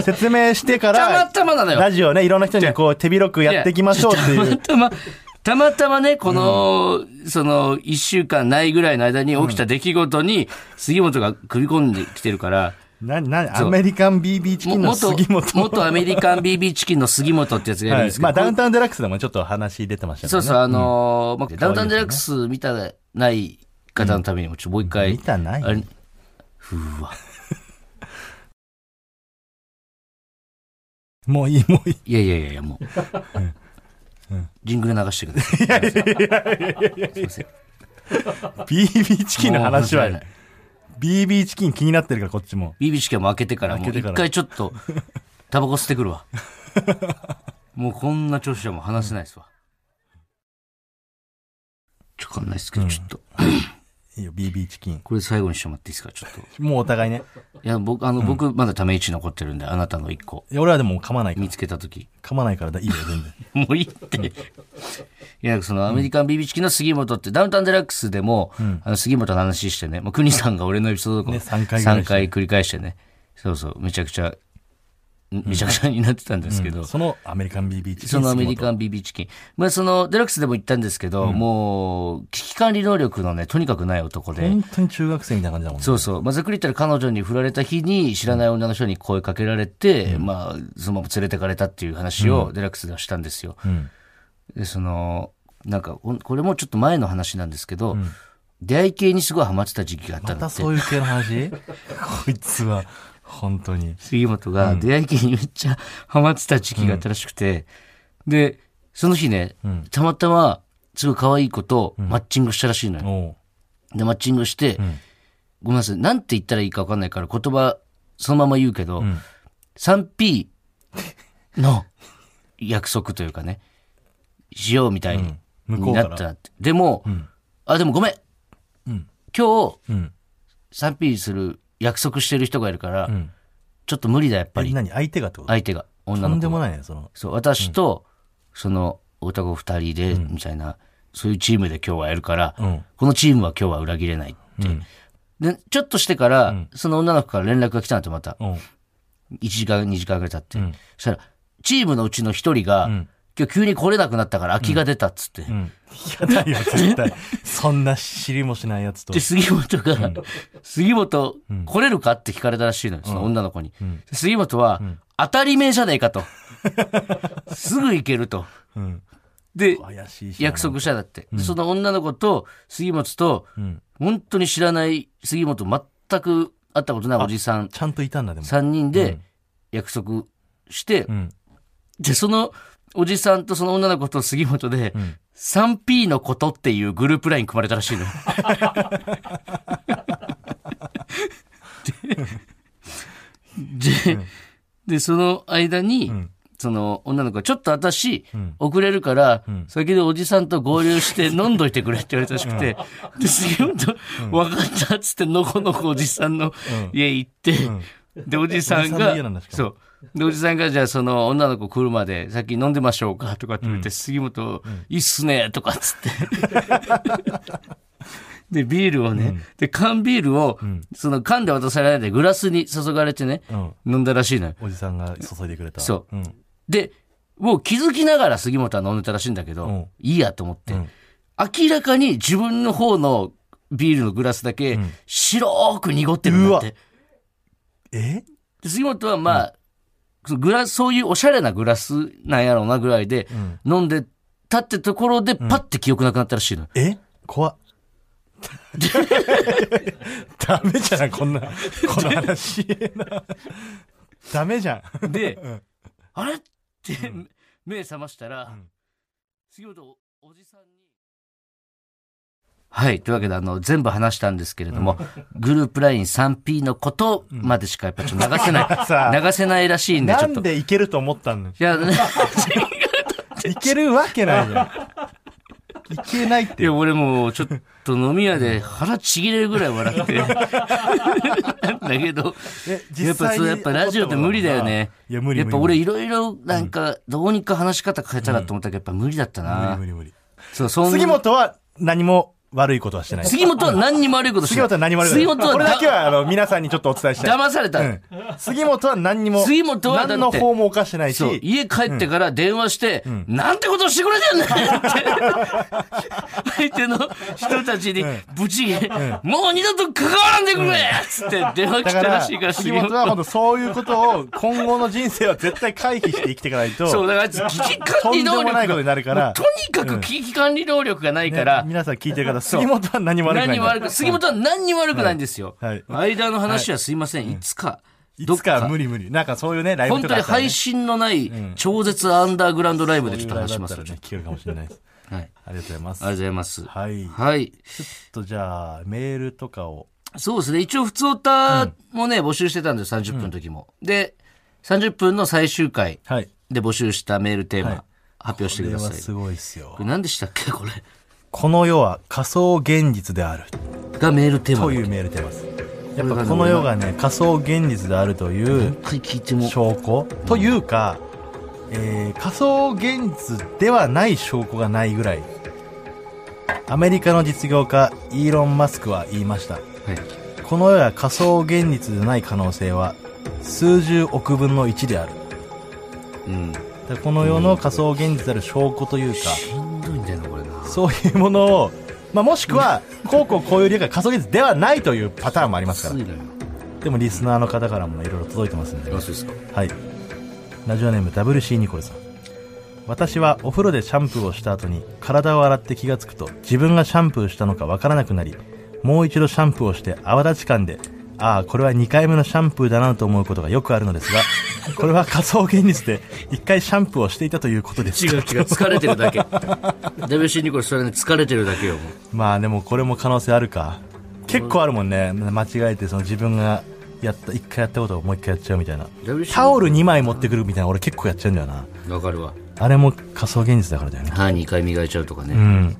説明してから、たまたまなのよラジオね、いろんな人にこう手広くやっていきましょうっていやう。たまたま、たまたまね、この、その、一週間ないぐらいの間に起きた出来事に、杉本が組み込んできてるから、な、な、そうアメリカン BB チキもンの杉本。元アメリカン BB チキンの杉本ってやつがいるんはでいす。けど、まあ、ダウンタウンデラックスでもちょっと話出てましたね。そうそう、あのーまあ、んダウンタウンデラックス見たない方のためにも、ちょっともう一回。見たないあれふうわ。もういい、もういい。いやいやいやいや、も う。ジングル流してください。すいません。 BB チキンの話はもう面白いね、 BB チキン気になってるから、こっちも。ビビ試験も開けてから、も開うけ一てから回ちょっと、タバコ吸ってくる わ。もうこんな調子でもう話せないですわ。ちょっとわかんないですけど、ちょっと、いいよ、BB チキン。これ最後にしてもらっていいですか、ちょっと。もうお互いね。いや、僕、あの、僕、まだため位置残ってるんで、あなたの一個、いや俺はでも噛まないか見ら。つけたとき。噛まないからだ、いいよ、全然。もういいって。いや、そのアメリカンビビチキの杉本って、ダウンタウンデラックスでも、あの杉本の話してね、まあ、国さんが俺のエピソードとかね三回ぐらい3回繰り返してね、そうそう、めちゃくちゃ、めちゃくちゃになってたんですけど、そのアメリカン BB チキン。そのアメリカン。ンビビチキン。まあ、その、デラックスでも言ったんですけど、もう、危機管理能力のね、とにかくない男で、本当に中学生みたいな感じだもんね。そうそう。まあ、ざっくり言ったら彼女に振られた日に知らない女の人に声かけられて、まあ、そのまま連れてかれたっていう話をデラックスではしたんですよ。んで、その、なんか、おこれもちょっと前の話なんですけど、出会い系にすごいハマってた時期があったまんだたって。そういう系の話こいつは、本当に。杉本が出会い系にめっちゃ ハマってた時期があったらしくて、で、その日ね、たまたま、すごい可愛い子とマッチングしたらしいのよ。おうで、マッチングして、ごめんなさい、なんて言ったらいいか分かんないから、言葉、そのまま言うけど、3P の 約束というかね、しようみたいに,、うん向こうからなったなって。でも、あ、でもごめん、今うん。日 3P する約束してる人がいるから、んちょっと無理だ、やっぱえ、り、何相手がってこと相手が、と女のん子でがもないね、その。そう、私と、その、男二人で、みたいな、そういうチームで今日はやるから、うんこのチームは今日は裏切れないって。で、ちょっとしてから、その女の子から連絡が来たのとまた、おう1時間、2時間ぐらい経って。んそしたら、チームのうちの一人が、ん今日急に来れなくなったから空きが出たっつって。うん。嫌だよ、絶対。そんな知りもしないやつとで、。杉本が、杉本、来れるかって聞かれたらしいのよ、その女の子に。で杉本は、当たり前じゃねえか と。すぐ行けると。うん。で、怪しいし。約束したんだって。でその女の子と杉本と、ん本当に知らない杉本全く会ったことないおじさんちゃんといたんだ、でも。 3人で約束して、うん。で、そのおじさんとその女の子と杉本で、3P のことっていうグループライン組まれたらしいの。で、でで、その間に、んその女の子が、ちょっと私、ん遅れるから、ん先でおじさんと合流して飲んどいてくれって言われたらしくて、 で、杉本、分かったっつって、のこのこおじさんの家行って、で、おじさんおじさんのが家なんだし、かもそう。で、おじさんが、じゃあ、その、女の子来るまで、先飲んでましょうか、とかって言って、杉本、いいっすね、とかっつって。 で、ビールをね、で、缶ビールを、その、缶で渡されないで、グラスに注がれてね、うん。飲んだらしいのよ。おじさんが注いでくれた。。そううん。で、もう気づきながら杉本は飲んでたらしいんだけど、うんいいやと思って、うん明らかに自分の方のビールのグラスだけ、白く濁ってるんだって。えで杉本はまあ、そのグラス、そういうおしゃれなグラスなんやろうなぐらいで、飲んでたってところで、パッて記憶なくなったらしいの。え怖っ。ダメじゃん、こんな、この話。ダメじゃん。で、んあれって、目覚ましたら、ん杉本おじさんに。はい。というわけで、あの、全部話したんですけれども、グループライン 3P のことまでしかやっぱちょっと流せ さなあい。流せないらしいんで、ちなょっと。んいでいけると思ったのや、ねいけるわけないじゃん。いけないっいてや、。俺もうちょっと飲み屋で腹ちぎれるぐらい笑 って。なんだけど、えやっぱそう、やっぱラジオって無理だよね。いや、無理やっぱ俺いろいろなんか、どうにか話し方変えたらと思ったけど、やっぱ無理だったな。無理無理無理。そう、そん杉本は何も悪いことはしてない。杉本は何にも悪いことして杉ない。本は何も悪い杉こと本ははこれだけだは、あの、皆さんにちょっとお伝えしたい。騙された。うん杉本は何にも、杉本はだって何の法も犯してないそう、し、家帰ってから電話して、なんてことをしてくれてんねん って、相手の人たちにぶち切れ、もう二度と関わらんでくれつって電話だ来かたららしいから、、杉本は本当そういうことを、今後の人生は絶対回避して生きていかないと、そう、だからあいつ危機管理能とん力でもながいことになるからもうとにかく危機管理能力がないから、ね皆さん聞いてる方、そう杉本は何も悪くな何いもから。悪く、杉本は何にも悪くないんですよ。はい間の話はすいません、いつか、いどっつかかは無理無理。なんかそういうね、ライブ本と当かあにったらね、配信のない超絶アンダーグラウンドライブでちょっと話しますそうよ。いうライブだったらね、聞けるかもしれないです。はい。ありがとうございまありす。がとうございます。はい。はい。ちょっとじゃあ、メールとかを。そうですね。一応、普通歌もね、募集してたんですよ、30分の時も。で、30分の最終回はい。で募集したメールテーマ、はい発表してこくだれさ。はいすごいっすよこれ。何でしたっけこれ。この世は仮想現実である。がメールテーマ。と一いうメールテーマです。やっぱこの世がね、仮想現実であるという回聞いても。証拠というか、えー仮想現実ではない証拠がないぐらい、アメリカの実業家、イーロン・マスクは言いました。はい。この世は仮想現実でない可能性は数十億分の1である。うん。だからこの世の仮想現実である証拠というか、しんどいんだよな、これな。そういうものを、まあ、もしくは、こうこうこういう理由が仮想現実ではないというパターンもありますつかいら。のよ。でもリスナーの方からもいろいろ届いてますんで、あ、そうですか。はい。ラジオネーム WC ニコルさん。私はお風呂でシャンプーをした後に体を洗って気がつくと自分がシャンプーしたのかわからなくなり、もう一度シャンプーをして泡立ち感で、ああ、これは2回目のシャンプーだなと思うことがよくあるのですが、これは仮想現実で1回シャンプーをしていたということです違うか違う。疲れてるだけ。WC ニコル、それね、疲れてるだけよ。も まあでもこれも可能性あるか。結構あるもんね。間違えてその自分がやった、一回やったことをもう一回やっちゃうみたいな。う WC タオル2枚持ってくるみたいな俺結構やっちゃうんだよな。う。わかるわ。あれも仮想現実だからだよね。歯2回磨いちゃうとかうね。ん。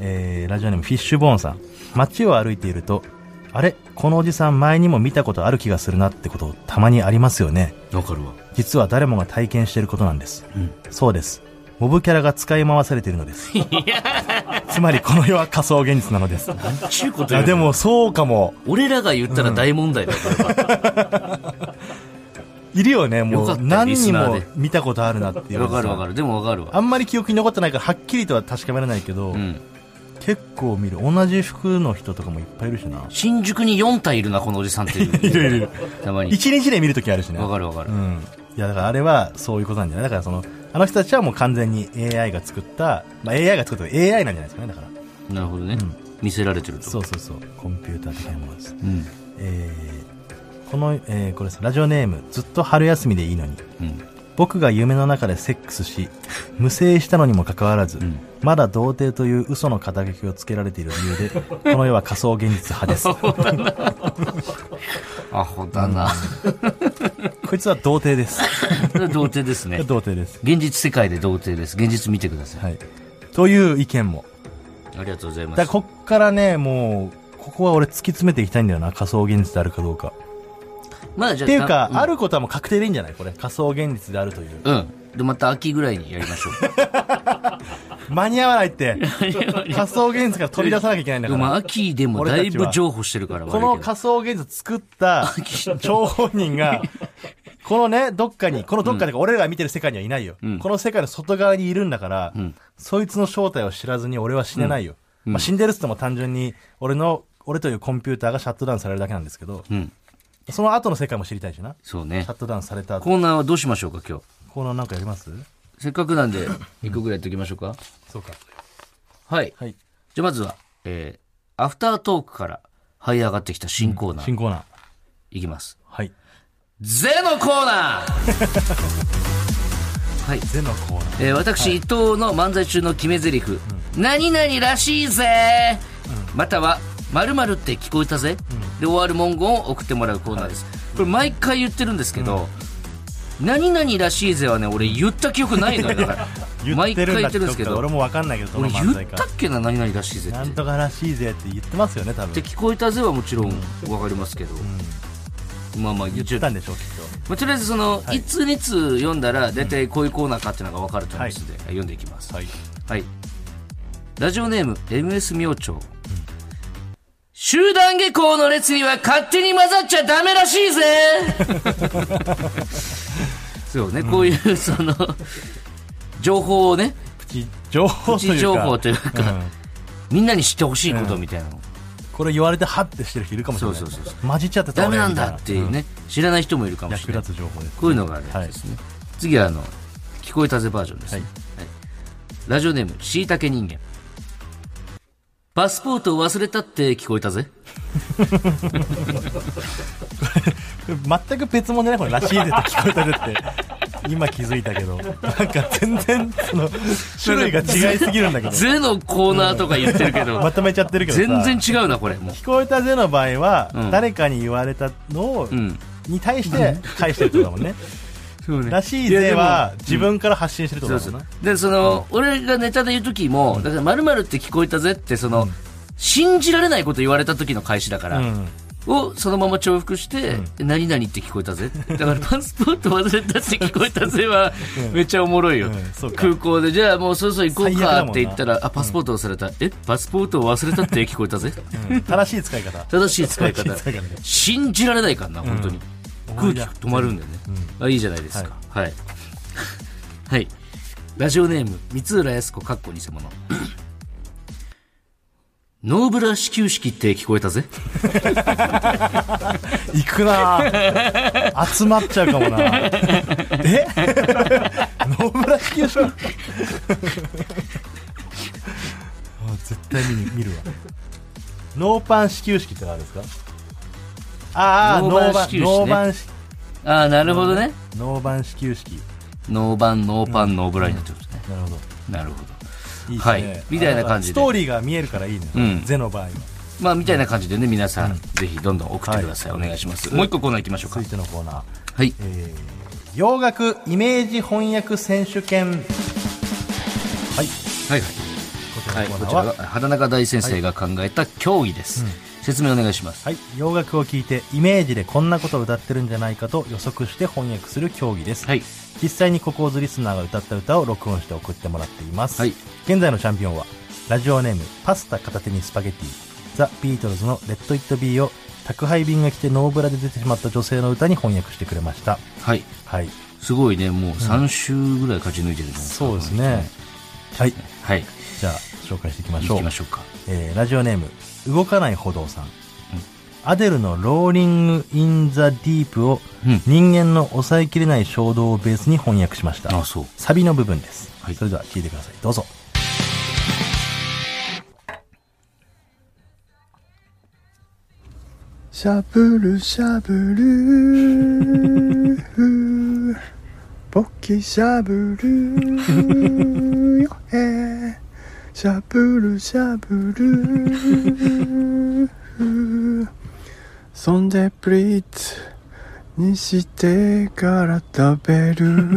えー、ラジオネームフィッシュボーンさん。街を歩いていると、あれこのおじさん前にも見たことある気がするなってことたまにありますよね。わかるわ。実は誰もが体験していることなんです。うん。そうです。モブキャラが使い回されているのです。 つまりこの世は仮想現実なのです。ちゅうことあよ。でもそうかも。俺らが言ったら大問題だから。いるよね、もよかっう。た何リス人ナもーで見たことあるなっていうわかるわかる。る。でもわかるあわ。んまり記憶に残ってないから、はっきりとは確かめられないけど、うん。結構見る。同じ服の人とかもいっぱいいるしな。新宿に4体いるな、このおじさんっていう。いるいるいる。たまに。一日で見るときあるしね。わかるわかるう。ん。いや、だからあれはそういうことなんじゃないだからその、あの人たちはもう完全に AI が作った、まあ AI が作った AI なんじゃないですかね、だから。なるほどね。見せられてると。そうそうそう。コンピューター的なものです。うん。えー、この、えー、これです。ラジオネーム、ずっと春休みでいいのに。うん。僕が夢の中でセックス し、無精したのにもかかわらず、んまだ童貞という嘘の肩書きをつけられている理由で、この世は仮想現実派 です。アホだな。こいつは童貞です。 童貞ですね。童貞です。現実世界で童貞です。現実見てください。はい。という意見も。ありがとうございまだからす。こっからね、もう、ここは俺突き詰めていきたいんだよな、仮想現実であるかどうか。まだじゃあっていうか、んあることはもう確定でいいんじゃないこれ。仮想現実であるという。うん。で、また秋ぐらいにやりま しょ間に合 わないって。仮想現実から飛び出さなきゃいけないんう。だでかもまあら。秋でもだいぶ譲歩してるから、この悪いけど仮想現実 作った張本人が、このね、どっかに、このどっかで俺らが見てる世界にはいないよ。んこの世界の外側にいるんだから、そいつの正体を知らずに俺は死ねないよ。まあ、死んでるっつっても単純に、俺の、俺というコンピューターがシャットダウンされるだけなんですけど、うん。その後の世界も知りたいしな。そうねシャ。ットダウンされた後。コーナーはどうしましょうか、今日。コーナーなんかやりますせっかくなん で、一個ぐらいやっておきましょうか。そうか。はい。はい。じゃあまずは、えー、アフタートークから這い上がってきた新コーナー、新コーナー。いきます。はい。ゼのコーナーはい。ゼのコーナー。えー私、伊藤の漫才中の決め台詞、何々らしいぜ、または、〇〇って聞こえたぜ、で終わる文言を送ってもらうコーナーです。これ毎回言ってるんですけど、何々らしいぜはね、俺 言った記憶ないのよ。だから毎回言ってるんですけど俺ど、もわかんないけどどの俺漫言才っかたっけな、何々らしいぜって。なんとからしいぜって言ってますよね多って分聞こえたぜはもちろんわかりますけど、まあまあ言っちゃ言っうたんでしょうきっまあ、とりあえずその、い、つにつ読んだら大体こういうコーナーかっていうのが分かると思いますので、読んでいきますとはいはいラジオネーム MS 明朝、集団下校の列には勝手に混ざっちゃダメらしい ぜそうねこういうその情報をねプチ情報プというかチ情報というかんみんなに知ってほしいことみたいなの、これ言われてハッてしてる人いるかもしれないそうそうそう混じっちゃってたダ俺メなんみたいだっていうね、知らない人もいるかもし役れない立つ情報ですこういうのがあるやつですね。次は、あの、聞こえたぜバージョンです、ねはいはいラジオネーム、しいたけ人間。パスポートを忘れたって聞こえたぜ。全く別物じゃないこれらしいぜって聞こえたぜって今気づいたけど。なんか全然、その、種類が違いすぎるんだけど。ゼのコーナーとか言ってるけ ど、まとめちゃってるけどさ。全然違うな、これ。もう聞こえたぜの場合は、うん誰かに言われたのを、うん。に対して返してるってことだもんね。そうねらしいぜやはでも、自分から発信してるってこそうとだそうもんな。。で、その、俺がネタで言う時も、だから、〇〇って聞こえたぜって、その、信じられないこと言われた時の返しだから、うん。をそのまま重複して、何々って聞こえたぜ。だから、パスポート忘れたって聞こえたぜは、めっちゃおもろいよ。うんそうか空港で、じゃあもうそろそろ行こう最悪だもかんなって言ったら、あ、パスポート忘れた。え、パスポートを忘れたって聞こえたぜ。うん正しい使い方。正しい使い方正しい使い方ね。信じられないからな、本当に。空気止まるんだよね。あ、いいじゃないですか。はい。 はい。ラジオネーム、三浦康子、かっこ偽 物。ノーブラ始球式って聞こえたぜ。行くなぁ集まっちゃうかもなぁえ 野村式でしょあ絶対見に見るわノーパン始球式ってのあるんですかああノーバンノーバンああ、なるほどね。ノーバン始球式ノーバン、ノーパン、ノーブラになってますね。なるほどなるほど。いいですね、はいみたいな感じでストーリーが見えるからいいね、うんゼの場合はまあ、みたいな感じでね、皆さん、ぜひどんどん送ってください。お願いします。もう一個コーナー行きましょうか続い。てのコーナーはい。えー洋楽イメージ翻訳選手権はいはいははい。い、はい、ここちちららが、は、畑中大先生が考えた競技です。説明お願いします。はい、洋楽を聴いてイメージでこんなことを歌ってるんじゃないかと予測して翻訳する競技です、はい。実際にココーズリスナーが歌った歌を録音して送ってもらっています、はい現在のチャンピオンはラジオネームパスタ片手にスパゲティザ・ビートルズの「レッド・イット・ビー」を宅配便が来てノーブラで出てしまった女性の歌に翻訳してくれましたはい。はいすごいね、もう3週ぐらい勝ち抜いてるじゃないですか。そうですねはいはい。じゃあ紹介していきましょ行うきましょうか。えーラジオネーム動かない歩道さん、アデルの「ローリング・イン・ザ・ディープ」をうん人間の抑えきれない衝動をベースに翻訳しました、あ、そう。サビの部分です、はいそれでは聞いてくださいどうぞしゃぶるしゃぶるポキしゃぶるよへしゃぶるしゃぶるそんでプリーツにしてから食べる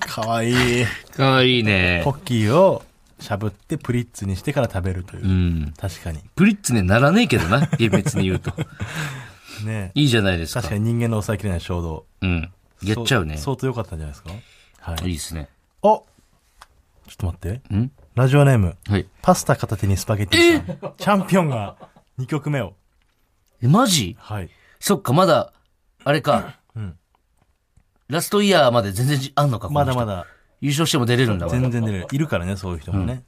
かわ いいかわいいねポ。ッキーをしゃぶってプリッツにしてから食べるという、うん。確かにプリッツね、ならねえけどな。厳密に言うと。ねいいじゃないですか。確かに人間の抑えきれない衝動うん。やっちゃうね。そ相当良かったんじゃないですかはいいいいですね。おちょっと待ってんラジオネームはい。パスタ片手にスパゲッティさんチャンピオンが2曲目をえ、マジはいそっか、まだ、あれか。うんラストイヤーまで全然じあんのか、このま人だま。だ優勝しても出れるんだわ。全然出れる。いるからね、そういう人もね。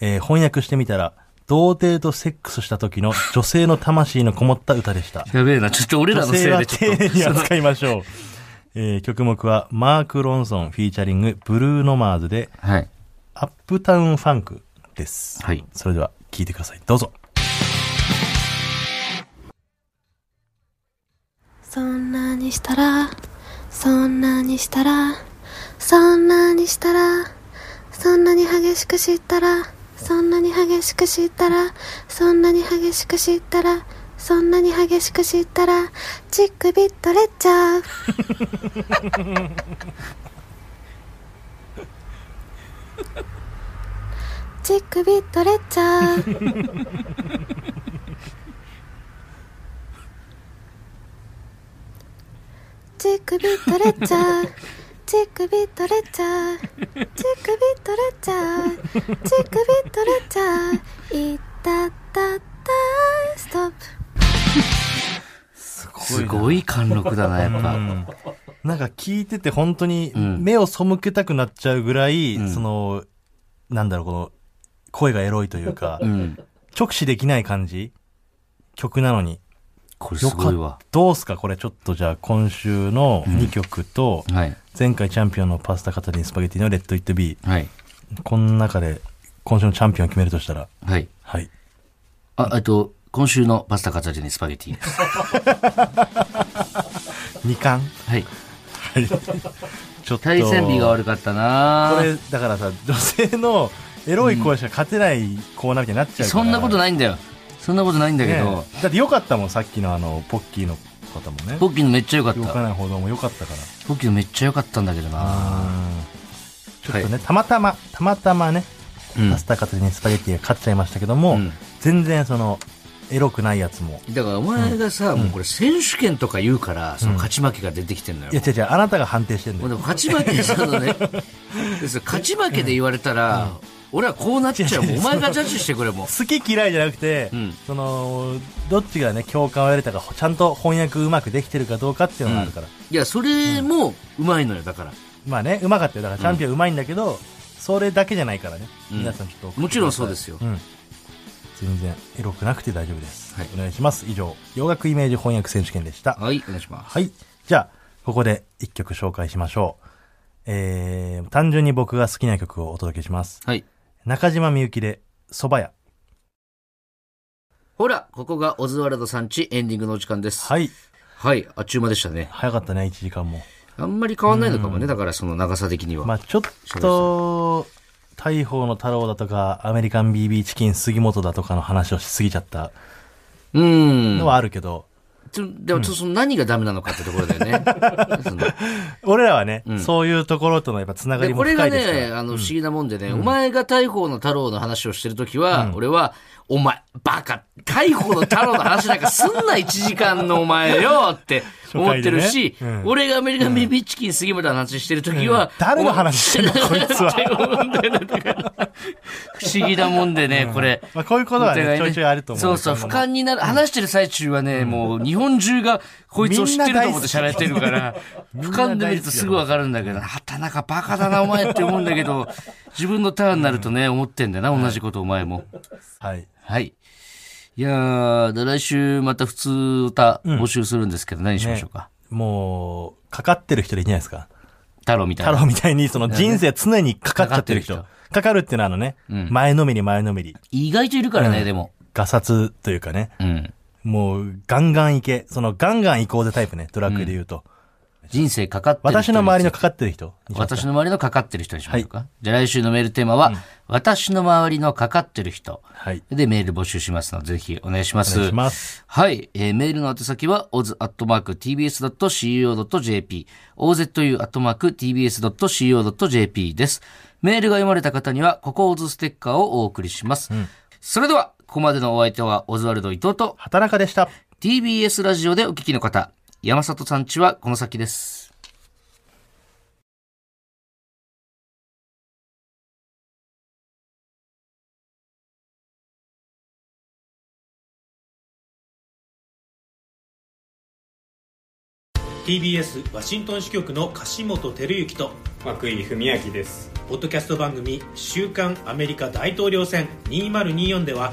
えー翻訳してみたら、童貞とセックスした時の女性の魂のこもった歌でした。やべえな、ちょっと俺ら女のせい性はでちょ丁っと。寧に扱いましょう。えー曲目は、マーク・ロンソンフィーチャリング、ブルーノマーズで、はい。アップタウン・ファンクです。はいそれでは、聴いてください。どうぞ。そんなにしたら、そんなにしたら、そんなにしたら、そんなに激しく知ったら、そんなに激しく知ったら、そんなに激しく知ったら、そんなに激しく知ったら、乳首取れちゃう。乳首取れちゃう。乳首取れちゃう乳首取れちゃう乳首取れちゃう乳首取れちゃういたたたストップすごい貫禄だな、やっぱ。なんか聞いてて本当にん目を背けたくなっちゃうぐらい、んその、なんだろう、この、声がエロいというか、うん。直視できない感じ曲なのに。これすよごかいわっ。どうすかこれちょっとじゃあ今週の2曲と、はい。前回チャンピオンのパスタ型にスパゲティのレッド・イット・ビはい。ー。この中で今週のチャンピオンを決めるとしたら、はい。はい。あ、えっと、今週のパスタ片手にスパゲティ。二巻はい。はい。ちょっと。対戦日が悪かったなこれ、だからさ、女性のエロい声しか勝てないコーナーみたいになっちゃうから、そんなことないんだよ。そんなことないんだけどね、だってよかったもん、さっきのあの、ポッキーの方もね。ポッキーのめっちゃ良かっ動たか。ない報道も良かったから。ポッキーのめっちゃ良かったんだけどなちょっとね、たまたま、たまたまね、うんパスタ片手にスパゲッティが勝っちゃいましたけどうも、ん全然その、エロくないやつも。だからお前がさ、もうこれ選手権とか言うから、その勝ち負けが出てきてんのよいや。違う違う、あなたが判定してるんだもうでよ。も勝ち負けでそのね、ですよ勝ち負けで言われたら、俺はこうなっちゃう。違うも違ううお前がジャッジしてくれもう。好き嫌いじゃなくて、うんその、どっちがね、共感を得れたか、ちゃんと翻訳うまくできてるかどうかっていうのがあるから。いや、それもうまいのよ、だから。まあね、うまかったよ。だからチャンピオンうまいんだけど、それだけじゃないからね。うん皆さんちょっと。もちろんそうですよん全然、エロくなくて大丈夫です。はいお願いします。以上、洋楽イメージ翻訳選手権でした。はい、お願いします。はい。じゃあ、ここで一曲紹介しましょう。えー、単純に僕が好きな曲をお届けします。はい。中島みゆきで、蕎麦屋。ほら、ここがオズワルドさんちエンディングのお時間です。はい。はい、あっちゅう間でしたね。早かったね、1時間も。あんまり変わんないのかもね、だからその長さ的には。まあちょっと、大砲の太郎だとか、アメリカン BB チキン杉本だとかの話をしすぎちゃったうん。のはあるけど、ちょでも、ちょっとその何がダメなのかってところだよね。そ の俺らはね、そういうところとのやっぱつながりでもこれが深いですから。ね、あの、不思議なもんでね、お前が大鵬の太郎の話をしてるときは、俺は、お前、バカ、大鵬の太郎の話なんかすんな、1時間のお前よ って思ってるし、初回でねうん俺がアメリカンビビチキン杉村の話してるときは、うん誰の話してんのお前こい つはって思うんだよねだから 不思議なもんでね、これ。まあ、こういうことはお互ね、いちょいちょいあると思う。そうそう、俯今後も瞰になる。話してる最中はね、もう日本中がこいつを知ってると思って喋ってるから、俯瞰で見るとすぐわかるんだけど、あ、田中バカだな、お前って思うんだけど、自分のターンになるとね、思ってんだよな、同じことお前も。はい。はい。いやー、で来週また普通歌募集するんですけど、何しましょうか。もう、かかってる人でいいんじゃないですか。太郎みたい太な。郎みたいに、その人生常にかかっちゃってるか人か。かかるっていうのはあのね、前のめり前のめり。意外といるからね、うんでも。ガサツというかね、うん。もう、ガンガンいけ。その、ガンガンいこうぜタイプね、ドラッグで言うと。人生かかってる人について。私の周りのかかってる人。私の周りのかかってる人にしましょうか。じゃあ来週のメールテーマは、私の周りのかかってる人。はい。で、メール募集しますので、ぜひお願いしまおす。願いしますはい。えーメールの宛先は、oz.tbs.co.jp、ozu.tbs.co.jp です。メールが読まれた方には、ここオズステッカーをお送りします。それでは、ここまでのお相手は、オズワルド伊藤と、畑中でした。 TBS ラジオでお聞きの方、山里さんちはこの先です。 TBS ワシントン支局の樫本照之と涌井文明ですポッドキャスト番組「週刊アメリカ大統領選2024」では